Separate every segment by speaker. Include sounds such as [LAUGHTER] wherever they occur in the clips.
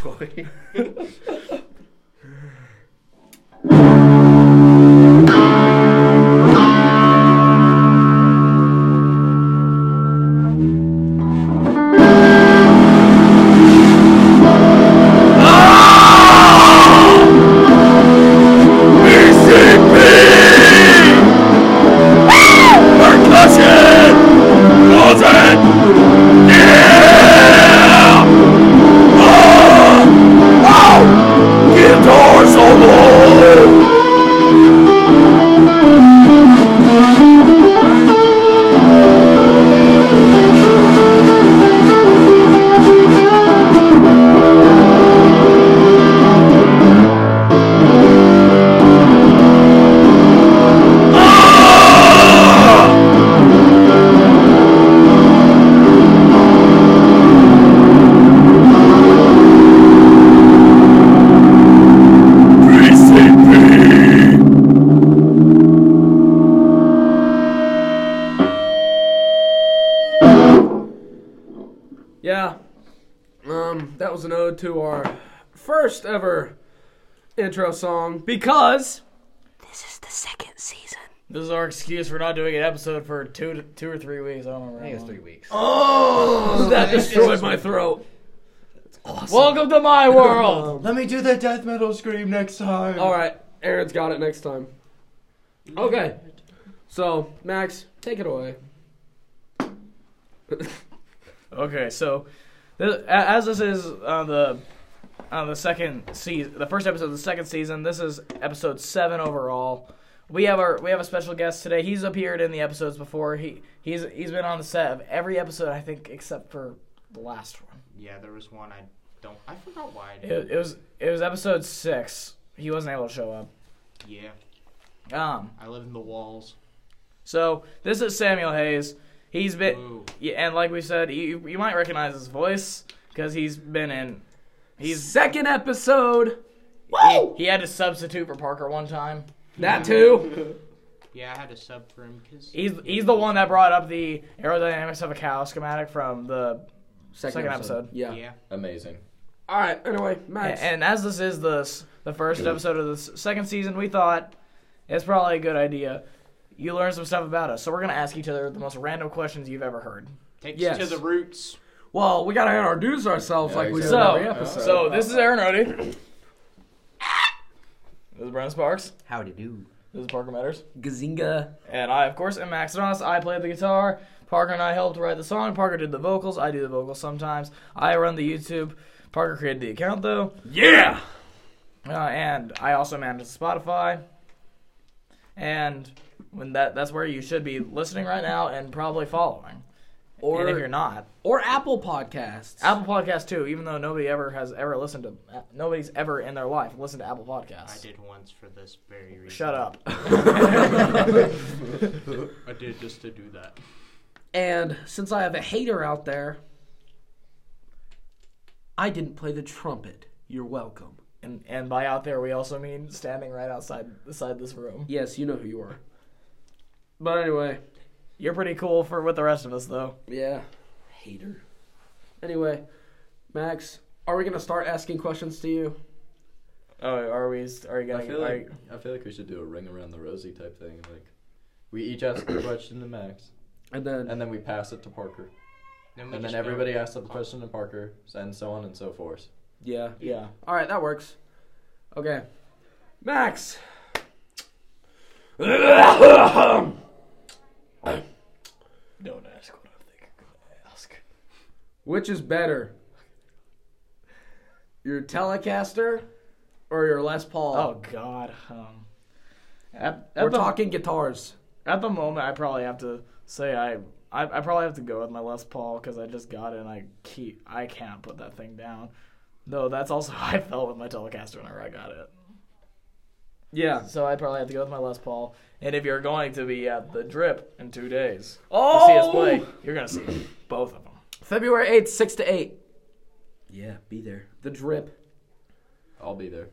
Speaker 1: toy.
Speaker 2: Yeah. Um, that was an ode to our first ever intro song.
Speaker 3: Because
Speaker 4: This is the second season.
Speaker 3: this is our excuse for not doing an episode for two to, two or three weeks. I don't remember.
Speaker 1: I
Speaker 3: how
Speaker 1: think it's
Speaker 3: long.
Speaker 1: three weeks.
Speaker 2: Oh, that destroyed my throat.
Speaker 3: Welcome to my world.
Speaker 5: [LAUGHS] Let me do the death metal scream next time.
Speaker 2: All right, Aaron's got it next time. Okay. So, Max, take it away.
Speaker 3: okay, so this, a- as this is on the on the second season, the first episode of the second season. This is episode seven overall. We have our we have a special guest today. He's appeared in the episodes before. He he's he's been on the set of every episode I think except for the last one.
Speaker 6: Yeah, there was one I don't. I forgot why. I did.
Speaker 3: It, it was it was episode six. He wasn't able to show up.
Speaker 6: Yeah,
Speaker 3: Um.
Speaker 6: I live in the walls.
Speaker 3: So this is Samuel Hayes. He's been
Speaker 6: Ooh.
Speaker 3: yeah, and like we said, you you might recognize his voice because he's been in. He's
Speaker 2: Second episode.
Speaker 3: he, he had to substitute for Parker one time.
Speaker 2: That too.
Speaker 6: Yeah, I had a sub for him because
Speaker 3: He's he's the one that brought up the aerodynamics of a cow schematic from the second episode.
Speaker 2: Yeah.
Speaker 6: yeah.
Speaker 5: Amazing.
Speaker 2: All right. Anyway, Max.
Speaker 3: And, and as this is the s- the first episode of the s- second season, we thought it's probably a good idea. You learn some stuff about us, so we're gonna ask each other the most random questions you've ever heard.
Speaker 6: Takes
Speaker 2: Yes.
Speaker 6: you to the roots.
Speaker 2: well, we gotta introduce ourselves
Speaker 5: Yeah,
Speaker 2: like we do
Speaker 5: exactly.
Speaker 2: every
Speaker 3: So,
Speaker 2: episode.
Speaker 3: so this is Aaron Odie. this is Brent Sparks.
Speaker 1: Howdy do.
Speaker 3: This is Parker Matters.
Speaker 2: Gazinga.
Speaker 3: And I, of course, am Max Donis. I play the guitar. Parker and I helped write the song. Parker did the vocals. I do the vocals sometimes. I run the YouTube. Parker created the account, though.
Speaker 2: Yeah.
Speaker 3: Uh, and I also manage Spotify. And when that that's where you should be listening right now and probably following. and if
Speaker 2: Or
Speaker 3: you're not,
Speaker 2: or Apple Podcasts.
Speaker 3: Apple Podcasts too, even though nobody ever has ever listened to nobody's ever in their life listened to Apple Podcasts.
Speaker 6: I did once for this very reason.
Speaker 3: Shut up. [LAUGHS]
Speaker 6: I did just to do that.
Speaker 2: And since I have a hater out there, I didn't play the trumpet. You're welcome.
Speaker 3: And and by out there we also mean standing right outside beside this room.
Speaker 2: Yes, you know who you are. But anyway,
Speaker 3: You're pretty cool for with the rest of us though.
Speaker 2: yeah, hater. Anyway, Max, are we gonna start asking questions to you?
Speaker 3: Oh, are we? Are you
Speaker 5: I
Speaker 3: gonna?
Speaker 5: feel
Speaker 3: are
Speaker 5: like
Speaker 3: you-
Speaker 5: I feel like we should do a ring around the rosy type thing. Like we each ask a question to Max,
Speaker 2: And then
Speaker 5: and then we pass it to Parker,
Speaker 6: Then we
Speaker 5: and
Speaker 6: just
Speaker 5: then
Speaker 6: go-
Speaker 5: everybody asks the question to Parker, and so on and so forth.
Speaker 2: yeah,
Speaker 3: yeah.
Speaker 2: all right, that works. Okay, Max.
Speaker 3: Don't ask what I think I'm gonna ask.
Speaker 2: Which is better, your Telecaster or your Les Paul?
Speaker 3: Oh God. Um, at,
Speaker 2: we're
Speaker 3: at the
Speaker 2: talking guitars.
Speaker 3: at the moment, I probably have to say I I, I probably have to go with my Les Paul because I just got it and I keep I can't put that thing down. Though that's also [LAUGHS] how I felt with my Telecaster whenever I got it.
Speaker 2: Yeah.
Speaker 3: So I probably have to go with my Les Paul. And if you're going to be at the drip in two days to
Speaker 2: Oh,
Speaker 3: see us play, you're gonna see both of them.
Speaker 2: February eighth, six to eight. Yeah, be there. The drip.
Speaker 5: I'll be there.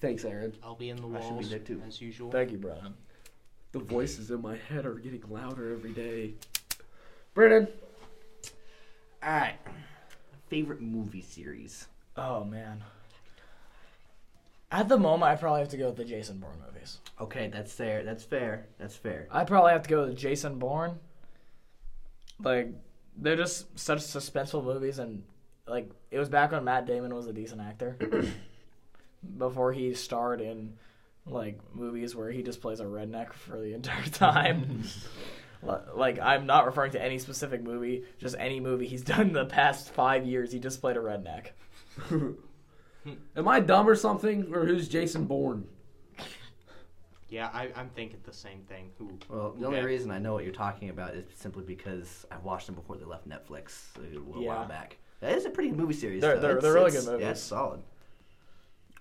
Speaker 2: Thanks, Aaron.
Speaker 6: I'll be in the
Speaker 5: I
Speaker 6: walls.
Speaker 5: should be there too.
Speaker 6: As usual.
Speaker 3: Thank you, Brian.
Speaker 2: The voices in my head are getting louder every day. Brennan,
Speaker 1: All right. Favorite movie series?
Speaker 3: Oh man. At the moment, I probably have to go with the Jason Bourne movies.
Speaker 1: Okay, that's fair. That's fair. That's fair.
Speaker 3: I probably have to go with Jason Bourne. Like, they're just such suspenseful movies, and like it was back when Matt Damon was a decent actor. Before he starred in like movies where he just plays a redneck for the entire [LAUGHS] time. Li- like I'm not referring to any specific movie, just any movie he's done in the past five years. He just played a redneck.
Speaker 2: Am I dumb or something? Or who's Jason Bourne?
Speaker 6: Yeah, I, I'm thinking the same thing. Who?
Speaker 1: Well, the
Speaker 6: who
Speaker 1: only
Speaker 6: that-
Speaker 1: reason I know what you're talking about is simply because I watched them before they left Netflix a little
Speaker 3: Yeah.
Speaker 1: while back. That is a pretty good movie series.
Speaker 3: They're-
Speaker 1: though.
Speaker 3: they're-
Speaker 1: It's-
Speaker 3: they're really
Speaker 1: it's-
Speaker 3: good
Speaker 1: Yeah,
Speaker 3: movies.
Speaker 1: it's solid.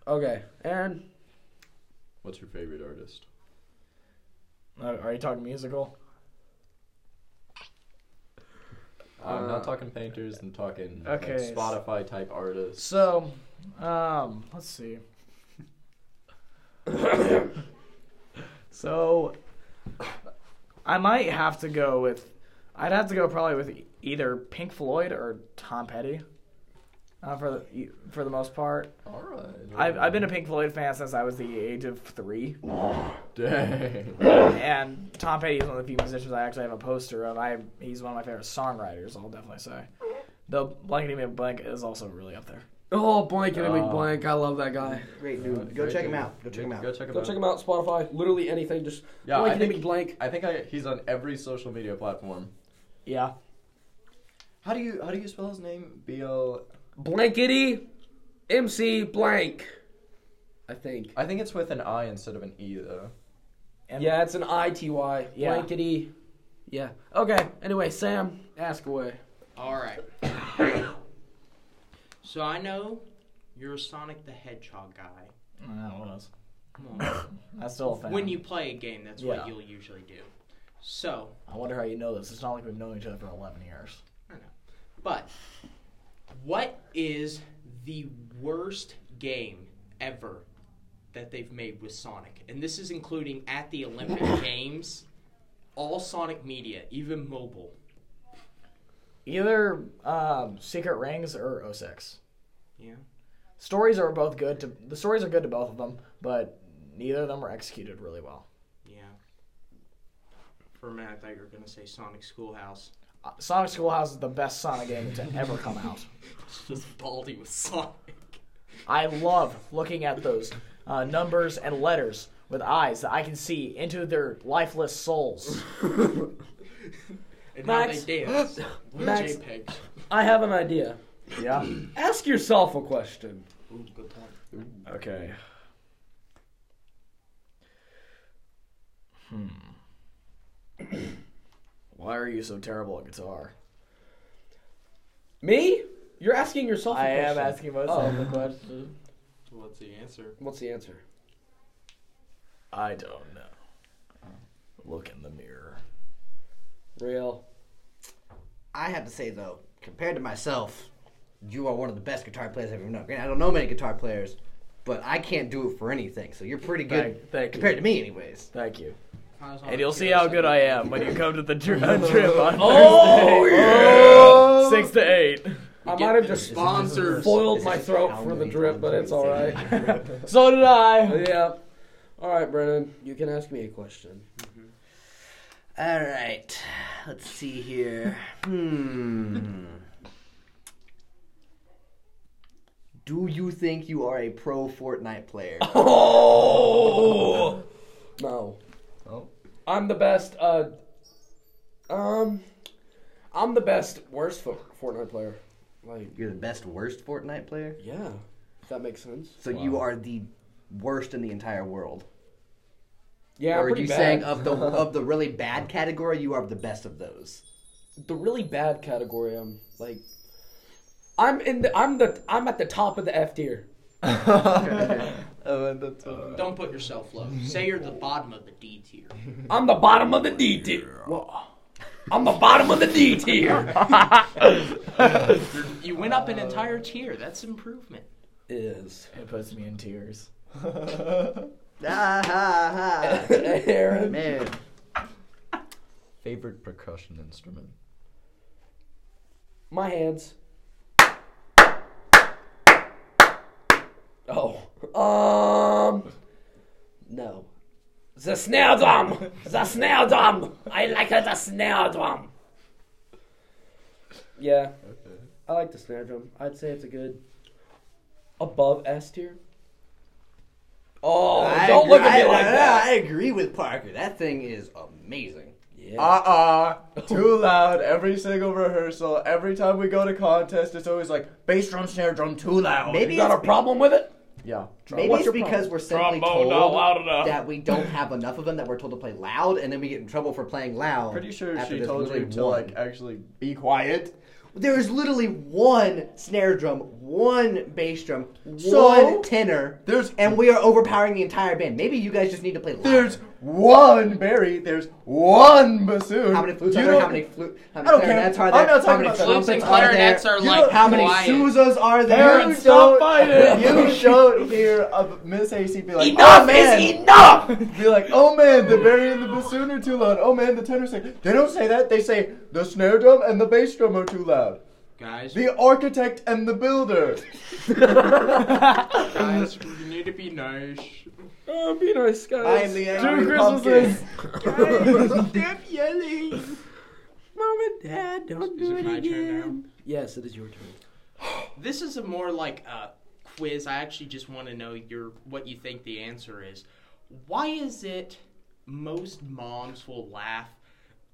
Speaker 2: Okay, Aaron.
Speaker 5: What's your favorite artist?
Speaker 3: Uh, Are you talking musical?
Speaker 5: I'm not talking painters. I'm talking like,
Speaker 3: okay.
Speaker 5: Spotify type artists.
Speaker 3: So, um, let's see. [COUGHS] so, I might have to go with. I'd have to go probably with e- either Pink Floyd or Tom Petty. Uh, for the for the most part,
Speaker 5: All right.
Speaker 3: I've I've been a Pink Floyd fan since I was the age of three,
Speaker 5: [LAUGHS] Dang.
Speaker 3: and Tom Petty is one of the few musicians I actually have a poster of. I he's one of my favorite songwriters. I'll definitely say. Though Blankety Man Blank is also really up there.
Speaker 2: Oh, blank, and
Speaker 5: Oh.
Speaker 2: blank. I love that guy.
Speaker 1: Great dude. Go
Speaker 5: great
Speaker 1: check
Speaker 5: dude.
Speaker 1: him out. Go check him out.
Speaker 5: Go check him
Speaker 2: Go
Speaker 5: out.
Speaker 2: check him out. Spotify. Literally anything. Just
Speaker 5: Yeah, I
Speaker 2: blank,
Speaker 5: think
Speaker 2: blank.
Speaker 5: I think I, he's on every social media platform.
Speaker 3: Yeah,
Speaker 5: How do you how do you spell his name? B L.
Speaker 2: Blankety MC blank. I think.
Speaker 5: I think it's with an I instead of an E though.
Speaker 3: and
Speaker 2: Yeah, it's an I T Y.
Speaker 3: Yeah.
Speaker 2: Blankety. Yeah. Okay. Anyway, Sam, ask away.
Speaker 6: All right. [COUGHS] so I know you're a Sonic the Hedgehog guy.
Speaker 3: I don't know what else.
Speaker 6: Come
Speaker 3: [COUGHS]
Speaker 6: on.
Speaker 3: I still a fan.
Speaker 6: when you play a game, that's
Speaker 3: Yeah.
Speaker 6: what you'll usually do. So,
Speaker 3: I wonder how you know this. It's not like we've known each other for 11 years.
Speaker 6: but what is the worst game ever that they've made with Sonic? And this is including at
Speaker 3: [LAUGHS]
Speaker 6: the Olympic Games, all Sonic media, even mobile.
Speaker 3: Either um, Secret Rings or 06.
Speaker 6: Yeah.
Speaker 3: Stories are both good to the stories are good to both of them, but neither of them were executed really well.
Speaker 6: Yeah. For a minute, I thought you were going to say Sonic [LAUGHS] Schoolhouse.
Speaker 3: Uh, Sonic Schoolhouse is the best Sonic game to ever come out.
Speaker 6: It's just baldy with Sonic.
Speaker 3: I love looking at those uh, numbers and letters with eyes that I can see into their lifeless souls.
Speaker 6: And
Speaker 2: Max.
Speaker 6: now
Speaker 3: [LAUGHS]
Speaker 6: they dance. with
Speaker 2: Max.
Speaker 6: JPEGs.
Speaker 2: I have an idea.
Speaker 3: Yeah.
Speaker 2: Ask yourself a question.
Speaker 6: Ooh, good point.
Speaker 3: Okay. Hmm. [COUGHS] Why are you so terrible at guitar?
Speaker 2: Me? You're asking yourself. a
Speaker 3: I am
Speaker 2: question.
Speaker 3: asking myself
Speaker 2: Oh.
Speaker 3: the question.
Speaker 6: What's the answer?
Speaker 2: What's the answer?
Speaker 3: I don't know. Look in the mirror.
Speaker 2: Real.
Speaker 1: I have to say though, compared to myself, you are one of the best guitar players I've ever known. Granted, I don't know many guitar players, but I can't do it for anything. So you're pretty good
Speaker 3: Thank- thank you.
Speaker 1: compared to me, anyways.
Speaker 3: Thank you.
Speaker 6: I was on
Speaker 3: And
Speaker 6: a
Speaker 3: you'll see
Speaker 6: Kyoto
Speaker 3: how good I
Speaker 6: segment.
Speaker 3: am when you come to the trip on [LAUGHS] Thursday.
Speaker 2: Oh,
Speaker 3: Six to eight.
Speaker 2: I might have just
Speaker 6: Sponsors.
Speaker 2: foiled
Speaker 1: This
Speaker 2: my
Speaker 1: is
Speaker 2: throat
Speaker 1: how
Speaker 2: for the
Speaker 1: many
Speaker 2: drip,
Speaker 1: times
Speaker 2: but
Speaker 1: do we
Speaker 2: it's all right.
Speaker 1: say
Speaker 2: [LAUGHS]
Speaker 1: that?
Speaker 3: So did I.
Speaker 2: yeah. All right, Brennan, you can ask me a question.
Speaker 1: all right, let's see here. Hmm. Do you think you are a pro Fortnite player?
Speaker 2: Oh no,
Speaker 5: Oh.
Speaker 2: I'm the best. Uh, um, I'm the best worst fo- Fortnite player. Like,
Speaker 1: You're the best worst Fortnite player.
Speaker 2: yeah, if that makes sense.
Speaker 1: So you are the worst in the entire world.
Speaker 2: Yeah,
Speaker 1: or
Speaker 2: I'm
Speaker 1: are
Speaker 2: pretty
Speaker 1: you
Speaker 2: bad.
Speaker 1: saying of the of the really bad category, you are the best of those?
Speaker 2: the really bad category. I'm like, I'm in the, I'm the, I'm at the top of the F tier.
Speaker 6: Don't put yourself low. Say you're the bottom of the D tier.
Speaker 2: I'm the bottom of the D tier. I'm the bottom of the D tier.
Speaker 6: You went up an entire tier. That's improvement.
Speaker 2: Is
Speaker 3: It puts me in tears.
Speaker 1: Ah, ha, ha.
Speaker 2: Aaron?
Speaker 1: [LAUGHS] Man.
Speaker 5: Favorite percussion instrument.
Speaker 2: My hands. Oh. Um. No. The snare drum! The snare drum! I like the snare drum! Yeah,
Speaker 5: Okay.
Speaker 2: I like the snare drum. I'd say it's a good above S tier. Oh,
Speaker 1: I
Speaker 2: don't
Speaker 1: agree-
Speaker 2: look at
Speaker 1: I-
Speaker 2: me like
Speaker 1: I-
Speaker 2: that.
Speaker 1: I agree with Parker. That thing is amazing.
Speaker 2: Yeah.
Speaker 5: Uh uh Too loud every single rehearsal. Every time we go to contest, it's always like bass drum, snare drum, too loud.
Speaker 1: Maybe
Speaker 2: you got a
Speaker 1: it's,
Speaker 2: problem with it?
Speaker 5: Yeah.
Speaker 1: maybe
Speaker 2: What's
Speaker 1: it's
Speaker 2: your
Speaker 1: because
Speaker 2: problem?
Speaker 1: we're simply
Speaker 3: Trombone,
Speaker 1: told
Speaker 3: not loud enough.
Speaker 1: that we
Speaker 3: [LAUGHS]
Speaker 1: don't have enough of them that we're told to play loud, and then we get in trouble for playing loud.
Speaker 5: Pretty sure
Speaker 1: after
Speaker 5: she
Speaker 1: there's
Speaker 5: told you
Speaker 1: literally
Speaker 5: to
Speaker 1: one.
Speaker 5: like actually be quiet.
Speaker 1: There is literally one snare drum, one bass drum,
Speaker 5: So?
Speaker 1: one tenor,
Speaker 5: There's
Speaker 1: and we are overpowering the entire band. Maybe you guys just need to play loud.
Speaker 5: there's one Barry. There's one bassoon.
Speaker 1: how many flutes
Speaker 5: You
Speaker 1: are there?
Speaker 5: don't-
Speaker 1: How many flute? How
Speaker 5: I
Speaker 1: many
Speaker 5: don't care.
Speaker 1: clarinets are
Speaker 5: I'm
Speaker 1: there?
Speaker 5: not talking
Speaker 1: how many
Speaker 5: about that.
Speaker 6: Flutes and
Speaker 1: trumpets are there?
Speaker 6: clarinets are
Speaker 5: You
Speaker 6: like
Speaker 5: don't-
Speaker 1: How many
Speaker 6: quiet.
Speaker 1: sousas are there?
Speaker 3: Parents, stop fighting!
Speaker 5: [LAUGHS] You showed here of Miss AC be like,
Speaker 2: Enough
Speaker 5: oh, man.
Speaker 2: is enough!
Speaker 5: [LAUGHS] Be like, oh man, the Barry and the bassoon are too loud. Oh man, the tenor say they don't say that. They say the snare drum and the bass drum are too loud.
Speaker 6: Guys,
Speaker 5: The architect and the builder.
Speaker 6: guys, you need to be nice.
Speaker 2: Oh, be nice, guys.
Speaker 5: I am the angry
Speaker 3: Christmas
Speaker 5: pumpkin.
Speaker 6: [LAUGHS] Stop yelling.
Speaker 2: Mom and Dad, don't
Speaker 6: Is it my turn now?
Speaker 2: Yes, it is your turn.
Speaker 6: This is a more like a quiz. I actually just want to know your what you think the answer is. Why is it most moms will laugh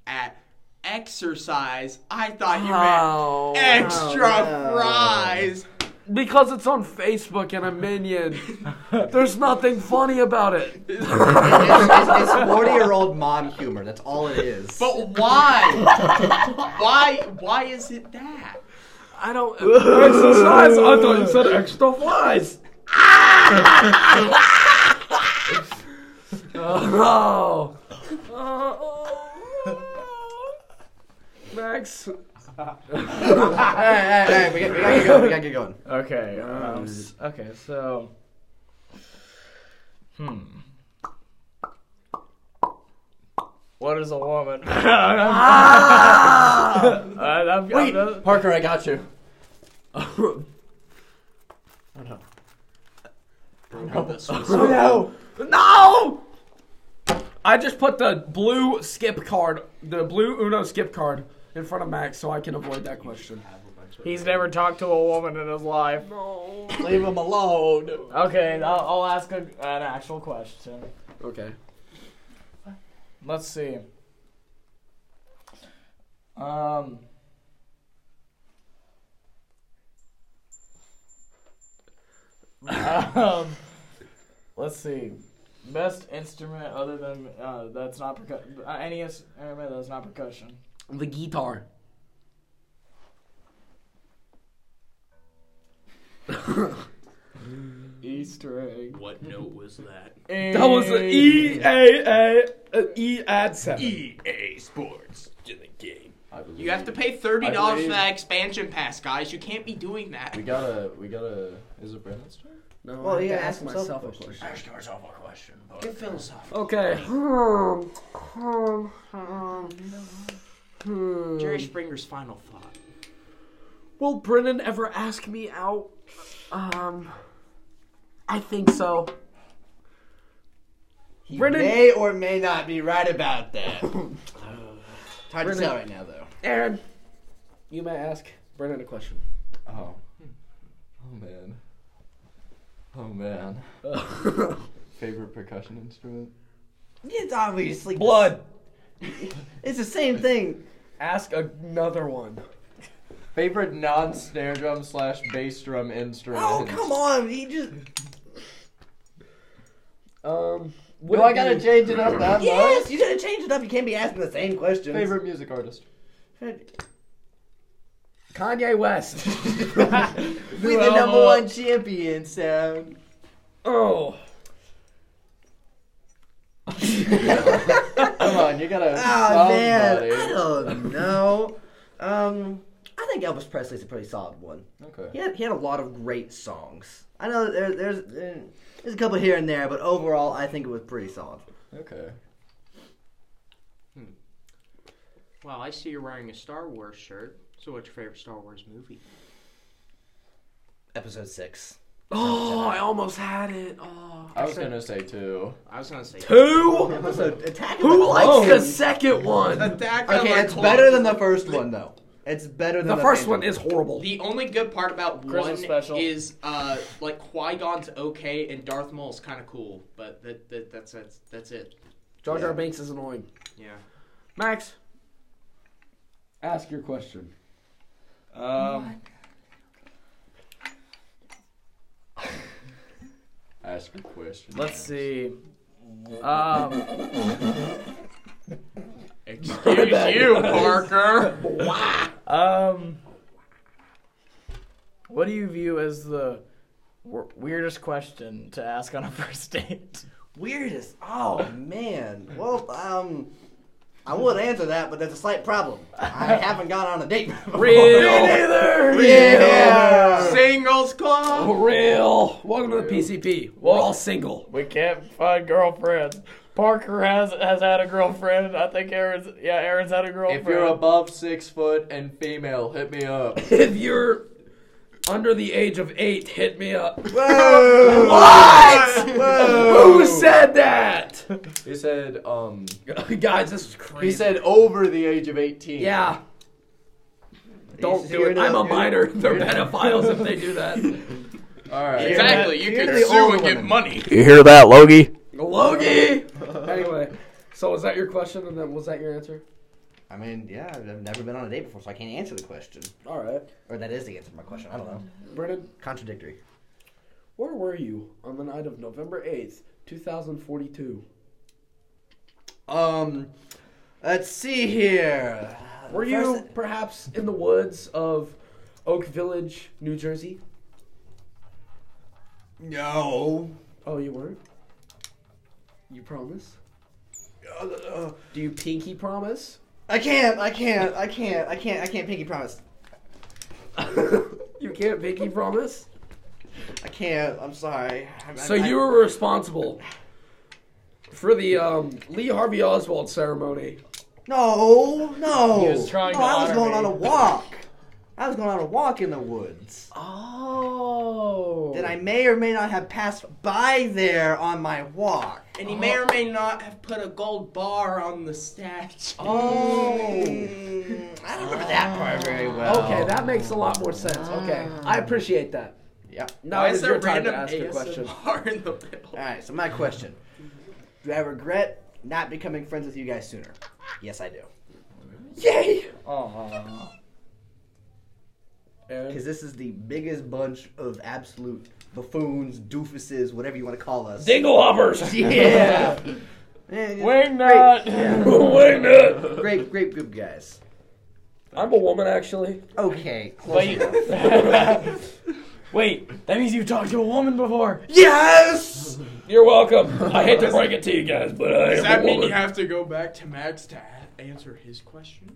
Speaker 6: at exercise? I thought you meant
Speaker 2: Oh.
Speaker 6: extra fries.
Speaker 2: Because it's on Facebook and a
Speaker 6: [LAUGHS]
Speaker 2: minion. There's nothing funny about it.
Speaker 1: it's, it's, it's 40 year old mom humor. That's all it is.
Speaker 6: But why? [LAUGHS] why? Why is it that?
Speaker 2: I
Speaker 6: [LAUGHS]
Speaker 2: don't. exercise? I thought you said extra
Speaker 6: [LAUGHS]
Speaker 2: flies. oh. Max.
Speaker 1: all right, all right, all right, we, got, we gotta get going. We gotta get going.
Speaker 3: Okay. Um, s- okay. So. Hmm. What is a woman? [LAUGHS]
Speaker 5: Ah!
Speaker 3: I- I'm- I'm-
Speaker 5: Parker, I got you.
Speaker 2: No! No! I just put the blue skip card, the blue Uno skip card, in front of Max so I can avoid that question.
Speaker 3: He's never talked to a woman in his life.
Speaker 5: Leave him alone.
Speaker 3: Okay, I'll, I'll ask a, an actual question.
Speaker 2: Okay.
Speaker 3: Let's see. Um. um, let's see. Best instrument other than uh, that's not percussion. Uh, any instrument that's not percussion.
Speaker 2: The guitar.
Speaker 3: Easter egg.
Speaker 6: What note was that?
Speaker 2: That was an E A A an E ad seven.
Speaker 6: EA Sports to the game.
Speaker 5: I believe.
Speaker 6: You have to pay thirty
Speaker 5: I
Speaker 6: dollars
Speaker 5: believe-
Speaker 6: for that expansion pass, guys. You can't be doing that.
Speaker 5: We gotta. We gotta. Is it Brandon's turn?
Speaker 2: No,
Speaker 1: Well,
Speaker 2: I
Speaker 1: you
Speaker 2: have to
Speaker 1: gotta
Speaker 2: ask
Speaker 1: ask
Speaker 2: myself
Speaker 1: yourself a
Speaker 2: a question.
Speaker 6: Ask yourself a question. Get philosophical.
Speaker 2: Okay. Hmm. Hmm. Hmm. Hmm.
Speaker 6: Jerry Springer's final thought.
Speaker 2: Will Brennan ever ask me out? Um, I think so.
Speaker 1: He
Speaker 2: Brennan-
Speaker 1: may or may not be right
Speaker 2: [LAUGHS]
Speaker 1: about that. It's hard
Speaker 2: Brennan-
Speaker 1: to tell right now, though.
Speaker 2: Aaron, you may ask Brennan a question.
Speaker 5: Oh. Oh man. Oh man. Favorite percussion instrument?
Speaker 1: It's obviously
Speaker 2: Blood.
Speaker 1: [LAUGHS] It's the same thing.
Speaker 2: Ask another one.
Speaker 5: Favorite non snare drum slash bass drum instrument?
Speaker 1: Oh come on! He just
Speaker 2: Um, would
Speaker 5: Do
Speaker 2: it
Speaker 5: I gotta
Speaker 2: be-
Speaker 5: change it up that
Speaker 1: yes.
Speaker 5: much?
Speaker 1: You gotta change it up. You can't be asking the same questions.
Speaker 5: Favorite music artist?
Speaker 2: Kanye West? [LAUGHS]
Speaker 1: We the number one champion sound.
Speaker 2: oh,
Speaker 5: Come on, you gotta.
Speaker 1: Oh man, I
Speaker 5: somebody.
Speaker 1: don't know. Um, I think Elvis Presley's a pretty solid one. He
Speaker 5: Okay.
Speaker 1: had, he had a lot of great songs. I know that there, there's there- there's a couple here and there, but overall, I think it was pretty solid.
Speaker 5: Okay.
Speaker 6: Wow, I see you're wearing a Star Wars shirt. So, what's your favorite Star Wars movie?
Speaker 1: Episode six.
Speaker 2: Oh, I almost had it. Oh.
Speaker 5: I was gonna say two.
Speaker 6: I was gonna say
Speaker 2: Who?
Speaker 1: So attack of
Speaker 2: Who
Speaker 1: the
Speaker 2: likes
Speaker 1: Clones.
Speaker 2: the second one?
Speaker 6: Attack of
Speaker 1: Okay,
Speaker 6: the
Speaker 1: it's
Speaker 6: Clones.
Speaker 1: better than the first one though. It's better than
Speaker 2: The
Speaker 1: the,
Speaker 2: first
Speaker 1: Phantom.
Speaker 2: one is horrible.
Speaker 6: The only good part about
Speaker 3: Christmas
Speaker 6: one
Speaker 3: special.
Speaker 6: is uh, like Qui Gon's okay and Darth Maul's kind of cool, but that, that that's that's that's it.
Speaker 2: Jar Jar Binks is annoying.
Speaker 6: Yeah.
Speaker 2: Max, ask your question.
Speaker 3: Um,
Speaker 5: [LAUGHS] Ask a question.
Speaker 3: let's see. Um,
Speaker 6: Excuse you, Parker.
Speaker 3: Um, what do you view as the w- weirdest question to ask on a [LAUGHS] first date?
Speaker 1: weirdest. Oh man. Well, um, I would answer that, but there's a slight problem. I
Speaker 2: [LAUGHS]
Speaker 1: haven't gone on a date. Before. [LAUGHS]
Speaker 2: neither.
Speaker 1: Yeah.
Speaker 6: Singles Club.
Speaker 2: Real. Welcome to the PCP. We're all single.
Speaker 3: We can't find girlfriends. Parker has has had a girlfriend. I think Aaron's yeah, Aaron's had a girlfriend.
Speaker 1: Oh,
Speaker 5: If you're above six foot and female, hit me up.
Speaker 2: If you're under the age of eight, hit me up.
Speaker 1: Whoa.
Speaker 2: What?
Speaker 1: [LAUGHS]
Speaker 5: [LAUGHS]
Speaker 1: Whoa.
Speaker 2: Who said that?
Speaker 5: He said, um,
Speaker 2: [LAUGHS] Guys, this is crazy.
Speaker 5: he said over the age of 18. [LAUGHS]
Speaker 2: yeah. Don't do
Speaker 1: You're
Speaker 2: it. I'm a
Speaker 1: not-
Speaker 2: minor. They're pedophiles if they do that.
Speaker 5: [LAUGHS] All right.
Speaker 6: Exactly. You can sue and
Speaker 3: [LAUGHS]
Speaker 6: get money.
Speaker 7: You hear that, Logie?
Speaker 2: Logie. anyway, so was that your question, and then was that your answer?
Speaker 1: I mean, yeah, I've never been on a date before, so I can't answer the question.
Speaker 2: All right,
Speaker 1: Or that is the answer to my question. I don't know.
Speaker 2: Brennan,
Speaker 1: Contradictory.
Speaker 2: where were you on the night of November eighth, two thousand forty-two?
Speaker 1: Um, let's see here.
Speaker 2: Were you perhaps in the woods of Oak Village, New Jersey?
Speaker 1: No.
Speaker 2: Oh, you were. You promise?
Speaker 1: Uh, uh,
Speaker 2: Do you pinky promise?
Speaker 1: I can't. I can't. I can't. I can't. I can't. Pinky promise.
Speaker 2: [LAUGHS] You can't pinky promise.
Speaker 1: I can't. I'm sorry. I'm-
Speaker 2: So
Speaker 1: I'm-
Speaker 2: you were responsible for the um, Lee Harvey Oswald ceremony.
Speaker 1: No, no.
Speaker 3: He was trying
Speaker 1: no,
Speaker 3: to
Speaker 1: I was
Speaker 3: honor
Speaker 1: going
Speaker 3: me.
Speaker 1: on a walk. I was going on a walk in the woods.
Speaker 2: Oh.
Speaker 1: That I may or may not have passed by there on my walk.
Speaker 6: And he may or may not have put a gold bar on the statue.
Speaker 1: Oh.
Speaker 3: Oh.
Speaker 6: [LAUGHS]
Speaker 1: Mm, I don't remember that part very well.
Speaker 2: Okay, that makes a lot more sense. Okay, I appreciate that.
Speaker 1: Yeah.
Speaker 2: Now
Speaker 6: Ah. Why
Speaker 2: it
Speaker 6: is
Speaker 2: is
Speaker 6: there
Speaker 2: your time to
Speaker 6: random
Speaker 2: ask a question.
Speaker 6: ASMR in the middle?
Speaker 1: All right. So my question: Do I regret not becoming friends with you guys sooner? Yes, I do. Yay! Because this is the biggest bunch of absolute buffoons, doofuses, whatever you want to call us.
Speaker 2: Dingle
Speaker 3: [LAUGHS]
Speaker 2: hoppers.
Speaker 1: Yeah. Yeah, yeah.
Speaker 2: Wingnut.
Speaker 1: Great, great group guys.
Speaker 2: [LAUGHS] I'm a woman, actually.
Speaker 1: Okay, close
Speaker 3: But you-
Speaker 1: enough.
Speaker 3: [LAUGHS] Wait, that means you talked to a woman before.
Speaker 1: Yes!
Speaker 2: You're welcome. I hate to break it to you guys, but I
Speaker 6: Does that mean you have to go back to Max to a- answer his question?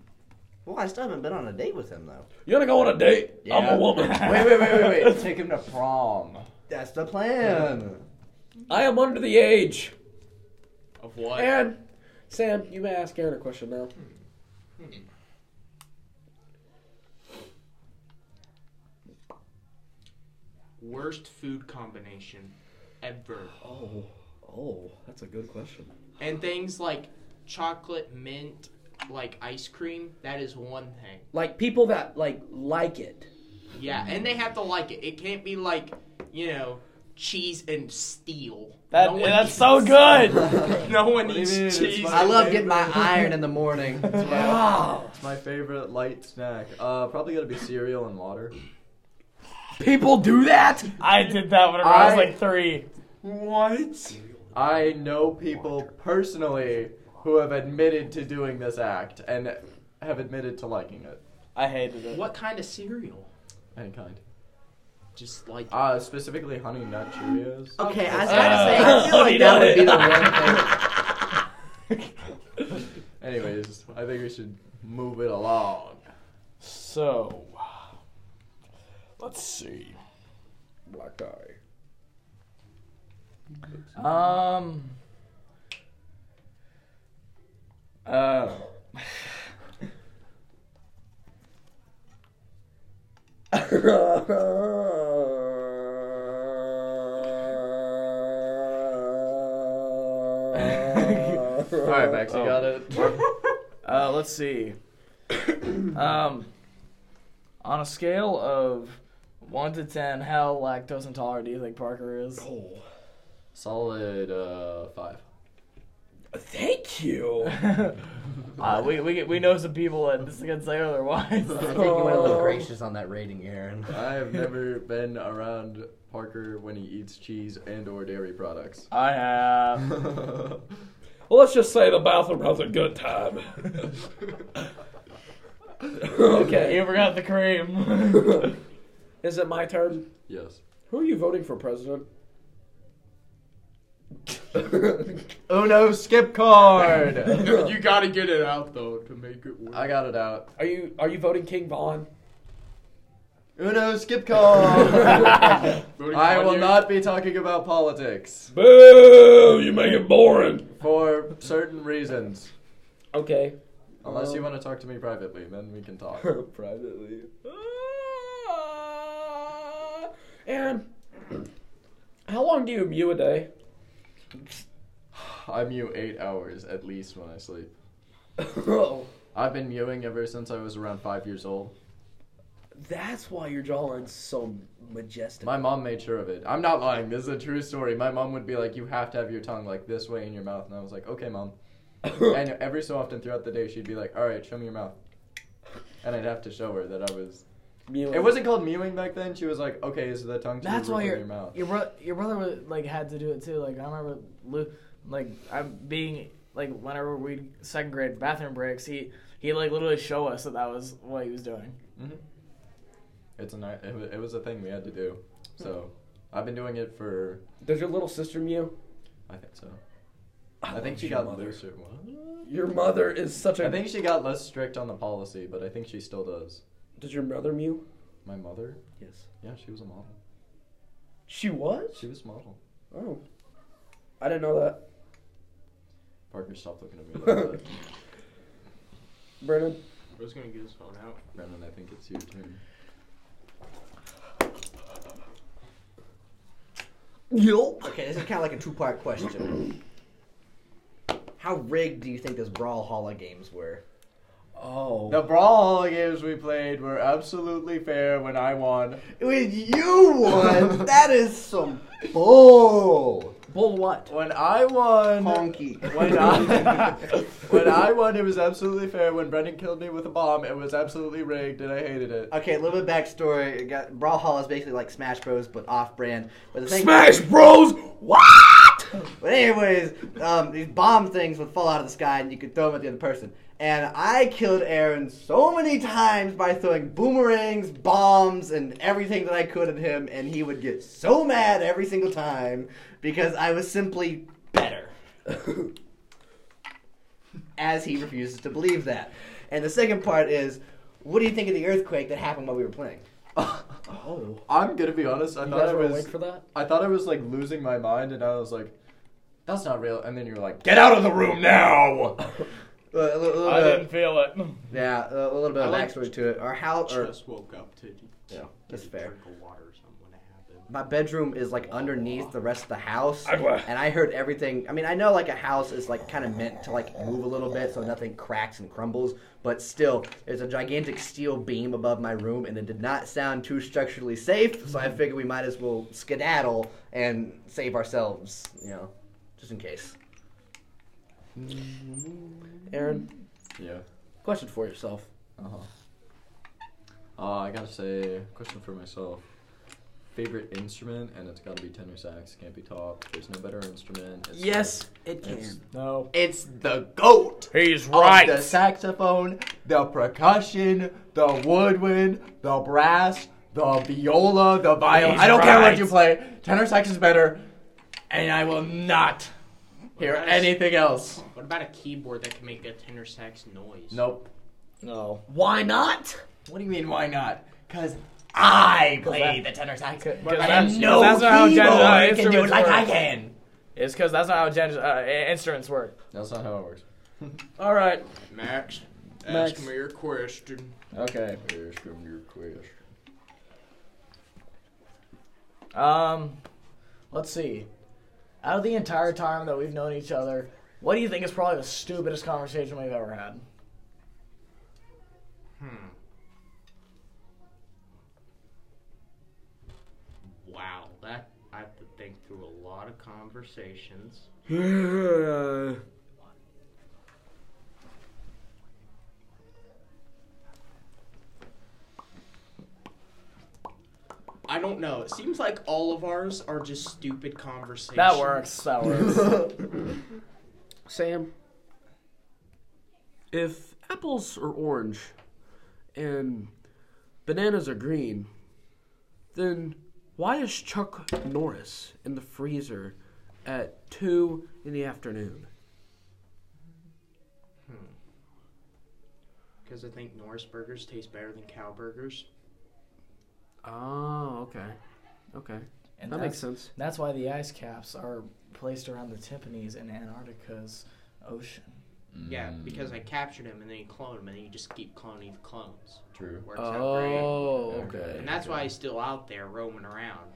Speaker 1: Well, I still haven't been on a date with him, though.
Speaker 2: You wanna go on a date? I'm
Speaker 5: Yeah.
Speaker 2: a [LAUGHS] woman.
Speaker 5: Wait, wait, wait, wait, wait. Take him to prom.
Speaker 1: That's the plan.
Speaker 2: I am under the age.
Speaker 6: Of what?
Speaker 2: And Sam, you may ask Aaron a question now.
Speaker 6: Worst food combination ever.
Speaker 2: Oh, oh, that's a good question.
Speaker 6: And things like chocolate mint, like ice cream, that is one thing.
Speaker 2: Like people that like like it.
Speaker 6: Yeah, and they have to like it. It can't be like, you know, cheese and steel.
Speaker 3: That
Speaker 6: No one
Speaker 3: that's
Speaker 6: eats-
Speaker 3: so good.
Speaker 6: [LAUGHS]
Speaker 5: [LAUGHS]
Speaker 6: No one
Speaker 5: do you
Speaker 6: eats
Speaker 5: mean? It's
Speaker 6: cheese.
Speaker 5: fine.
Speaker 1: I love getting my iron in the morning.
Speaker 2: Wow.
Speaker 5: It's my favorite light snack. Uh, probably gotta be cereal and water.
Speaker 2: People do that?
Speaker 3: I did that whenever I, was
Speaker 5: I-
Speaker 3: like three.
Speaker 5: What? I know people personally who have admitted to doing this act and have admitted to liking it.
Speaker 3: I hated it.
Speaker 6: What kind of cereal?
Speaker 5: Any kind.
Speaker 6: Just like
Speaker 5: Uh, specifically Honey Nut Cheerios.
Speaker 1: Okay, I was
Speaker 3: Uh,
Speaker 1: gotta say, I feel like that would be the one thing.
Speaker 5: [LAUGHS] Anyways, I think we should move it along.
Speaker 3: So, let's see.
Speaker 2: Black guy.
Speaker 3: Um. Uh.
Speaker 5: All right, Max, you
Speaker 3: Oh.
Speaker 5: got it.
Speaker 3: Uh, let's see. [COUGHS] um, on a scale of one to ten, how lactose intolerant do you think Parker is?
Speaker 5: Solid uh, five.
Speaker 2: Thank you.
Speaker 3: [LAUGHS] Uh, we we we know some people that this can say otherwise.
Speaker 1: I think you went
Speaker 3: [LAUGHS]
Speaker 1: a little gracious on that rating, Aaron.
Speaker 5: I have never [LAUGHS] been around Parker when he eats cheese and or dairy products. [LAUGHS]
Speaker 3: I have.
Speaker 2: Well, let's just say the bathroom has a good time.
Speaker 3: Okay, you forgot the cream.
Speaker 2: [LAUGHS]
Speaker 3: [LAUGHS]
Speaker 2: Is it my turn?
Speaker 5: yes.
Speaker 2: Who are you voting for president?
Speaker 3: Oh,
Speaker 5: Uno skip card.
Speaker 6: [LAUGHS] you gotta get it out though to make it work.
Speaker 5: I got it out.
Speaker 2: Are you are you voting King [LAUGHS] Vaughn?
Speaker 5: Uno skip card.
Speaker 6: [LAUGHS] Voting
Speaker 5: I
Speaker 6: on
Speaker 5: will
Speaker 6: you.
Speaker 5: not be talking about politics
Speaker 2: Boo! You make it boring.
Speaker 5: for certain reasons.
Speaker 2: Okay.
Speaker 5: Unless you want to talk to me privately, then we can talk. [LAUGHS]
Speaker 2: Privately. Aaron, how long do you mew a [LAUGHS] day?
Speaker 5: I mew eight hours at least when I sleep. I've been mewing ever since I was around five years old.
Speaker 1: That's why your jawline's so majestic.
Speaker 5: My mom made sure of it. I'm not lying. This is a true story. My mom would be like, "You have to have your tongue like this way in your mouth," and I was like,
Speaker 3: [COUGHS]
Speaker 5: "Okay, mom." and every so often throughout the day, she'd be like, "All right, show me your mouth," and I'd have to show her that I was. It wasn't called mewing back then. She was like, "Okay, is the tongue to
Speaker 3: That's
Speaker 5: the
Speaker 3: why
Speaker 5: roof of
Speaker 3: your
Speaker 5: your mouth?"
Speaker 3: your, bro- your brother was, like had to do it too. Like I remember, Lu- like I'm being like whenever we second grade bathroom breaks, he he like literally show us that that was what he was doing.
Speaker 5: It's a ni- it, wa- it was a thing we had to do. So I've been doing it for
Speaker 2: Does your little sister mew?
Speaker 5: I think so. I, think
Speaker 1: love
Speaker 5: she
Speaker 1: your
Speaker 5: got
Speaker 1: mother.
Speaker 5: looser.
Speaker 2: Your mother is such a.
Speaker 5: I think she got less strict on the policy, but I think she still does.
Speaker 2: Does your mother mew?
Speaker 5: My mother?
Speaker 1: Yes.
Speaker 5: Yeah, she was a model.
Speaker 2: She was.
Speaker 5: She was a model.
Speaker 2: Oh, I didn't know that.
Speaker 5: Parker, stop looking at me like that. [LAUGHS]
Speaker 2: Brennan,
Speaker 6: I was gonna get his phone out.
Speaker 5: Brennan, I think it's your turn.
Speaker 1: Okay, this is kind of like a two-part question. How rigged do you think those Brawlhalla games were?
Speaker 2: Oh.
Speaker 5: The Brawlhalla games we played were absolutely fair when I won.
Speaker 1: When you won, that is some
Speaker 2: Oh!
Speaker 1: bull.
Speaker 3: Bull what?
Speaker 5: When I won.
Speaker 1: Honky.
Speaker 5: When I, [LAUGHS] when I won, it was absolutely fair. When Brendan killed me with a bomb, it was absolutely rigged and I hated it.
Speaker 1: Okay, a little bit backstory. It got, Brawlhalla is basically like Smash Bros, but off-brand. But the thing,
Speaker 2: Smash Bros. What?
Speaker 1: But anyways, um, these bomb things would fall out of the sky and you could throw them at the other person. And I killed Aaron so many times by throwing boomerangs, bombs, and everything that I could at him, and he would get so mad every single time because I was simply better. As he refuses to believe that. And the second part is, what do you think of the earthquake that happened while we were playing?
Speaker 2: Oh.
Speaker 5: I'm gonna be honest, I
Speaker 2: You
Speaker 5: thought
Speaker 2: guys
Speaker 5: I
Speaker 2: were
Speaker 5: was.
Speaker 2: awake for that?
Speaker 5: I thought I was like losing my mind and I was like, that's not real. And then you were like,
Speaker 2: Get out of the room now.
Speaker 1: Uh, a little- a little
Speaker 3: I
Speaker 1: bit-
Speaker 3: didn't feel it.
Speaker 1: yeah, a little bit of
Speaker 6: I like-
Speaker 1: backstory to it. Or how? Or,
Speaker 6: Just woke up to
Speaker 1: yeah, that's
Speaker 6: get a
Speaker 1: fair.
Speaker 6: drink of water or something when it happened.
Speaker 1: my bedroom is like underneath the rest of the house
Speaker 2: I'd wa-
Speaker 1: and i heard everything i mean i know like a house is like kind of meant to like move a little bit so nothing cracks and crumbles but still there's a gigantic steel beam above my room and it did not sound too structurally safe so i figured we might as well skedaddle and save ourselves you know just in case
Speaker 2: Aaron,
Speaker 5: yeah.
Speaker 2: question for yourself.
Speaker 5: Uh-huh. Uh, I gotta say, question for myself. Favorite instrument, and it's gotta be tenor sax. Can't be top. There's no better instrument. It's
Speaker 1: it
Speaker 5: can.
Speaker 3: No.
Speaker 5: the, it's the goat.
Speaker 3: He's
Speaker 5: of the saxophone, the percussion, the woodwind, the brass, the viola, the violin.
Speaker 3: He's
Speaker 5: I don't care
Speaker 3: right.
Speaker 5: what you play. Tenor sax is better, and I will not hear
Speaker 6: about a-
Speaker 5: anything else.
Speaker 6: What about a keyboard that can make a tenor sax noise?
Speaker 5: Nope.
Speaker 3: No.
Speaker 5: Why not? What do you mean, why not? Because I play the tenor sax.
Speaker 3: that's- 'cause that's not how
Speaker 5: keyboard
Speaker 3: gender instruments work.
Speaker 5: can.
Speaker 3: It's because that's not how gender uh, i- instruments work.
Speaker 5: That's not how it works.
Speaker 3: All right.
Speaker 6: Max,
Speaker 3: Max.
Speaker 6: ask me your question.
Speaker 3: Okay.
Speaker 5: Here's from your question.
Speaker 3: Um, let's see. Out of the entire time that we've known each other, What do you think is probably the stupidest conversation we've ever had?
Speaker 6: Wow, that I have to think through a lot of conversations. I don't know. It seems like all of ours are just stupid conversations.
Speaker 3: That works.
Speaker 2: [LAUGHS]
Speaker 3: That works.
Speaker 2: Sam, if apples are orange and bananas are green, then why is Chuck Norris in the freezer at 2 in the afternoon?
Speaker 6: Because I think Norris burgers taste better than cow burgers.
Speaker 2: Oh, okay. Okay.
Speaker 3: And
Speaker 2: that makes
Speaker 3: that's-
Speaker 2: sense.
Speaker 3: That's why the ice caps are placed around the Timpanis in Antarctica's ocean.
Speaker 6: Yeah,
Speaker 5: Mm,
Speaker 6: because I captured him and then you clone him and then you just keep cloning the clones.
Speaker 5: True.
Speaker 6: Works out great.
Speaker 2: Oh,
Speaker 5: Okay.
Speaker 2: okay.
Speaker 6: And that's why he's still out there roaming around.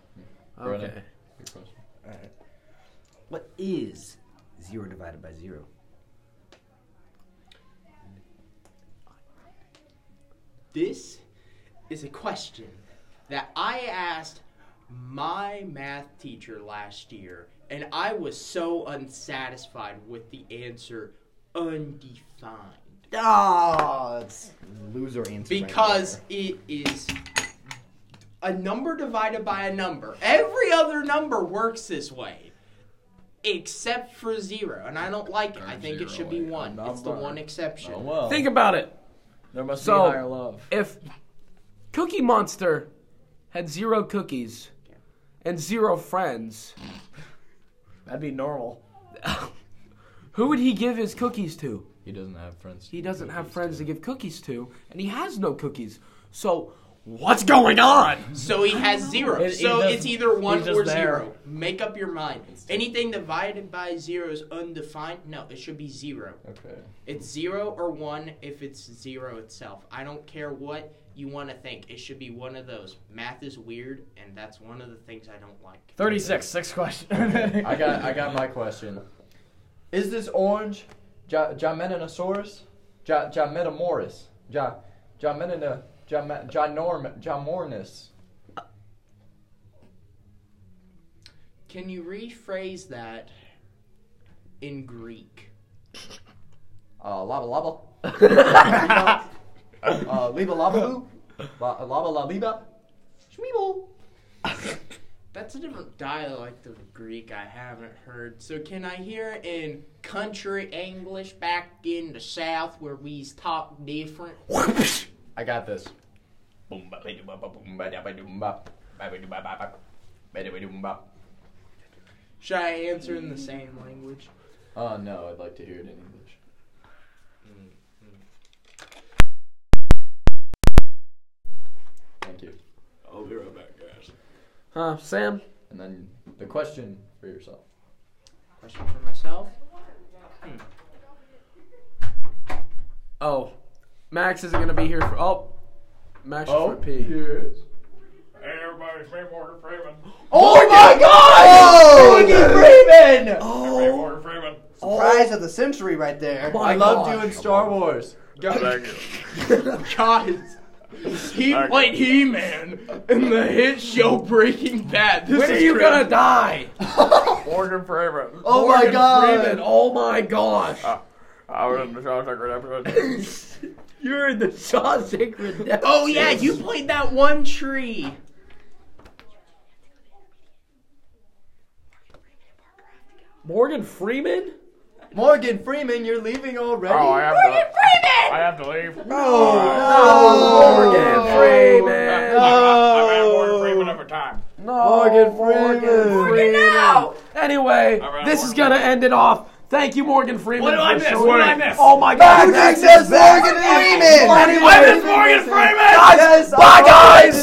Speaker 2: Okay.
Speaker 5: Brennan. Good question.
Speaker 1: What is zero divided by zero?
Speaker 6: This is a question that I asked my math teacher last year, and I was so unsatisfied with the answer undefined
Speaker 1: Ah, it's loser answer. right
Speaker 6: because
Speaker 1: there.
Speaker 6: it is a number divided by a number. Every other number works this way. Except for zero, and I don't like it. I think it should be
Speaker 5: Zero,
Speaker 6: one.
Speaker 5: a
Speaker 6: It's the
Speaker 5: number.
Speaker 6: one exception.
Speaker 5: Oh, well.
Speaker 2: Think about it.
Speaker 3: There must
Speaker 2: So-
Speaker 3: be higher love.
Speaker 2: if Cookie Monster had zero cookies and zero friends,
Speaker 3: That'd be normal.
Speaker 2: [LAUGHS] who would he give his cookies to?
Speaker 5: he doesn't have friends.
Speaker 2: He doesn't have friends to give cookies to, and he has no cookies. So, what's going on?
Speaker 6: So he has zero.
Speaker 3: It- it
Speaker 6: so
Speaker 3: doesn't-
Speaker 6: it's either
Speaker 3: he's
Speaker 6: one
Speaker 3: just
Speaker 6: or
Speaker 3: there.
Speaker 6: zero. Make up your mind. Anything divided by zero is undefined. No, it should be zero.
Speaker 5: Okay.
Speaker 6: It's zero or one if it's zero itself. I don't care what you want to think. It should be one of those. Math is weird, and that's one of the things I don't like.
Speaker 3: 36, sixth question.
Speaker 5: I got I got my question. Is this orange? Ja Ja Meninosaurus? Ja Ja Metamoris? Ja Ja Menina Ja Ma- Ja Norm Ja Mornis?
Speaker 6: Can you rephrase that in Greek?
Speaker 5: Uh, lava lava. uh, leva lava boo. La, lava la leva. Schmeeble.
Speaker 6: That's a different dialect of Greek I haven't heard. So can I hear it in country English back in the South where we's talk different?
Speaker 5: I got this.
Speaker 6: Should I answer in the same language?
Speaker 5: Uh, no, I'd like to hear it in English. Thank you.
Speaker 6: I'll be right back, guys.
Speaker 2: Huh, Sam?
Speaker 5: And then the question for yourself.
Speaker 6: Question for myself.
Speaker 2: Oh, Max isn't gonna be here for. Oh, Max is for pee.
Speaker 5: yes.
Speaker 1: Oh, my God! Freeman!
Speaker 2: Oh
Speaker 7: Morgan Freeman.
Speaker 1: Surprise of the century right there.
Speaker 5: I love doing Star Wars.
Speaker 6: Guys, he played He-Man in the hit show Breaking Bad. This
Speaker 2: When are
Speaker 6: is
Speaker 2: you
Speaker 6: crazy.
Speaker 2: gonna die?
Speaker 6: Uh,
Speaker 7: Morgan Freeman.
Speaker 1: Oh my
Speaker 2: Morgan
Speaker 1: God!
Speaker 2: Freeman, oh my gosh!
Speaker 7: I was in the Shawshank Redemption.
Speaker 2: [LAUGHS] You're in the Shawshank Redemption.
Speaker 6: Oh yeah, you played that one tree.
Speaker 2: Morgan Freeman?
Speaker 5: Morgan Freeman, you're leaving already.
Speaker 7: Oh, I have to. I have to leave.
Speaker 1: Oh,
Speaker 7: [LAUGHS] No.
Speaker 2: Morgan Freeman!
Speaker 7: [LAUGHS] I've had Morgan Freeman over time.
Speaker 2: Morgan
Speaker 5: Freeman.
Speaker 2: Anyway,
Speaker 7: All right,
Speaker 2: this
Speaker 7: Morgan.
Speaker 2: is gonna end it off. Thank you, Morgan Freeman.
Speaker 7: What do I
Speaker 2: for
Speaker 7: miss?
Speaker 2: showing-
Speaker 7: What do I miss?
Speaker 2: Oh my God!
Speaker 1: Morgan Freeman!
Speaker 7: I miss Morgan Freeman.
Speaker 1: Yes,
Speaker 2: Bye,
Speaker 1: I-
Speaker 2: guys.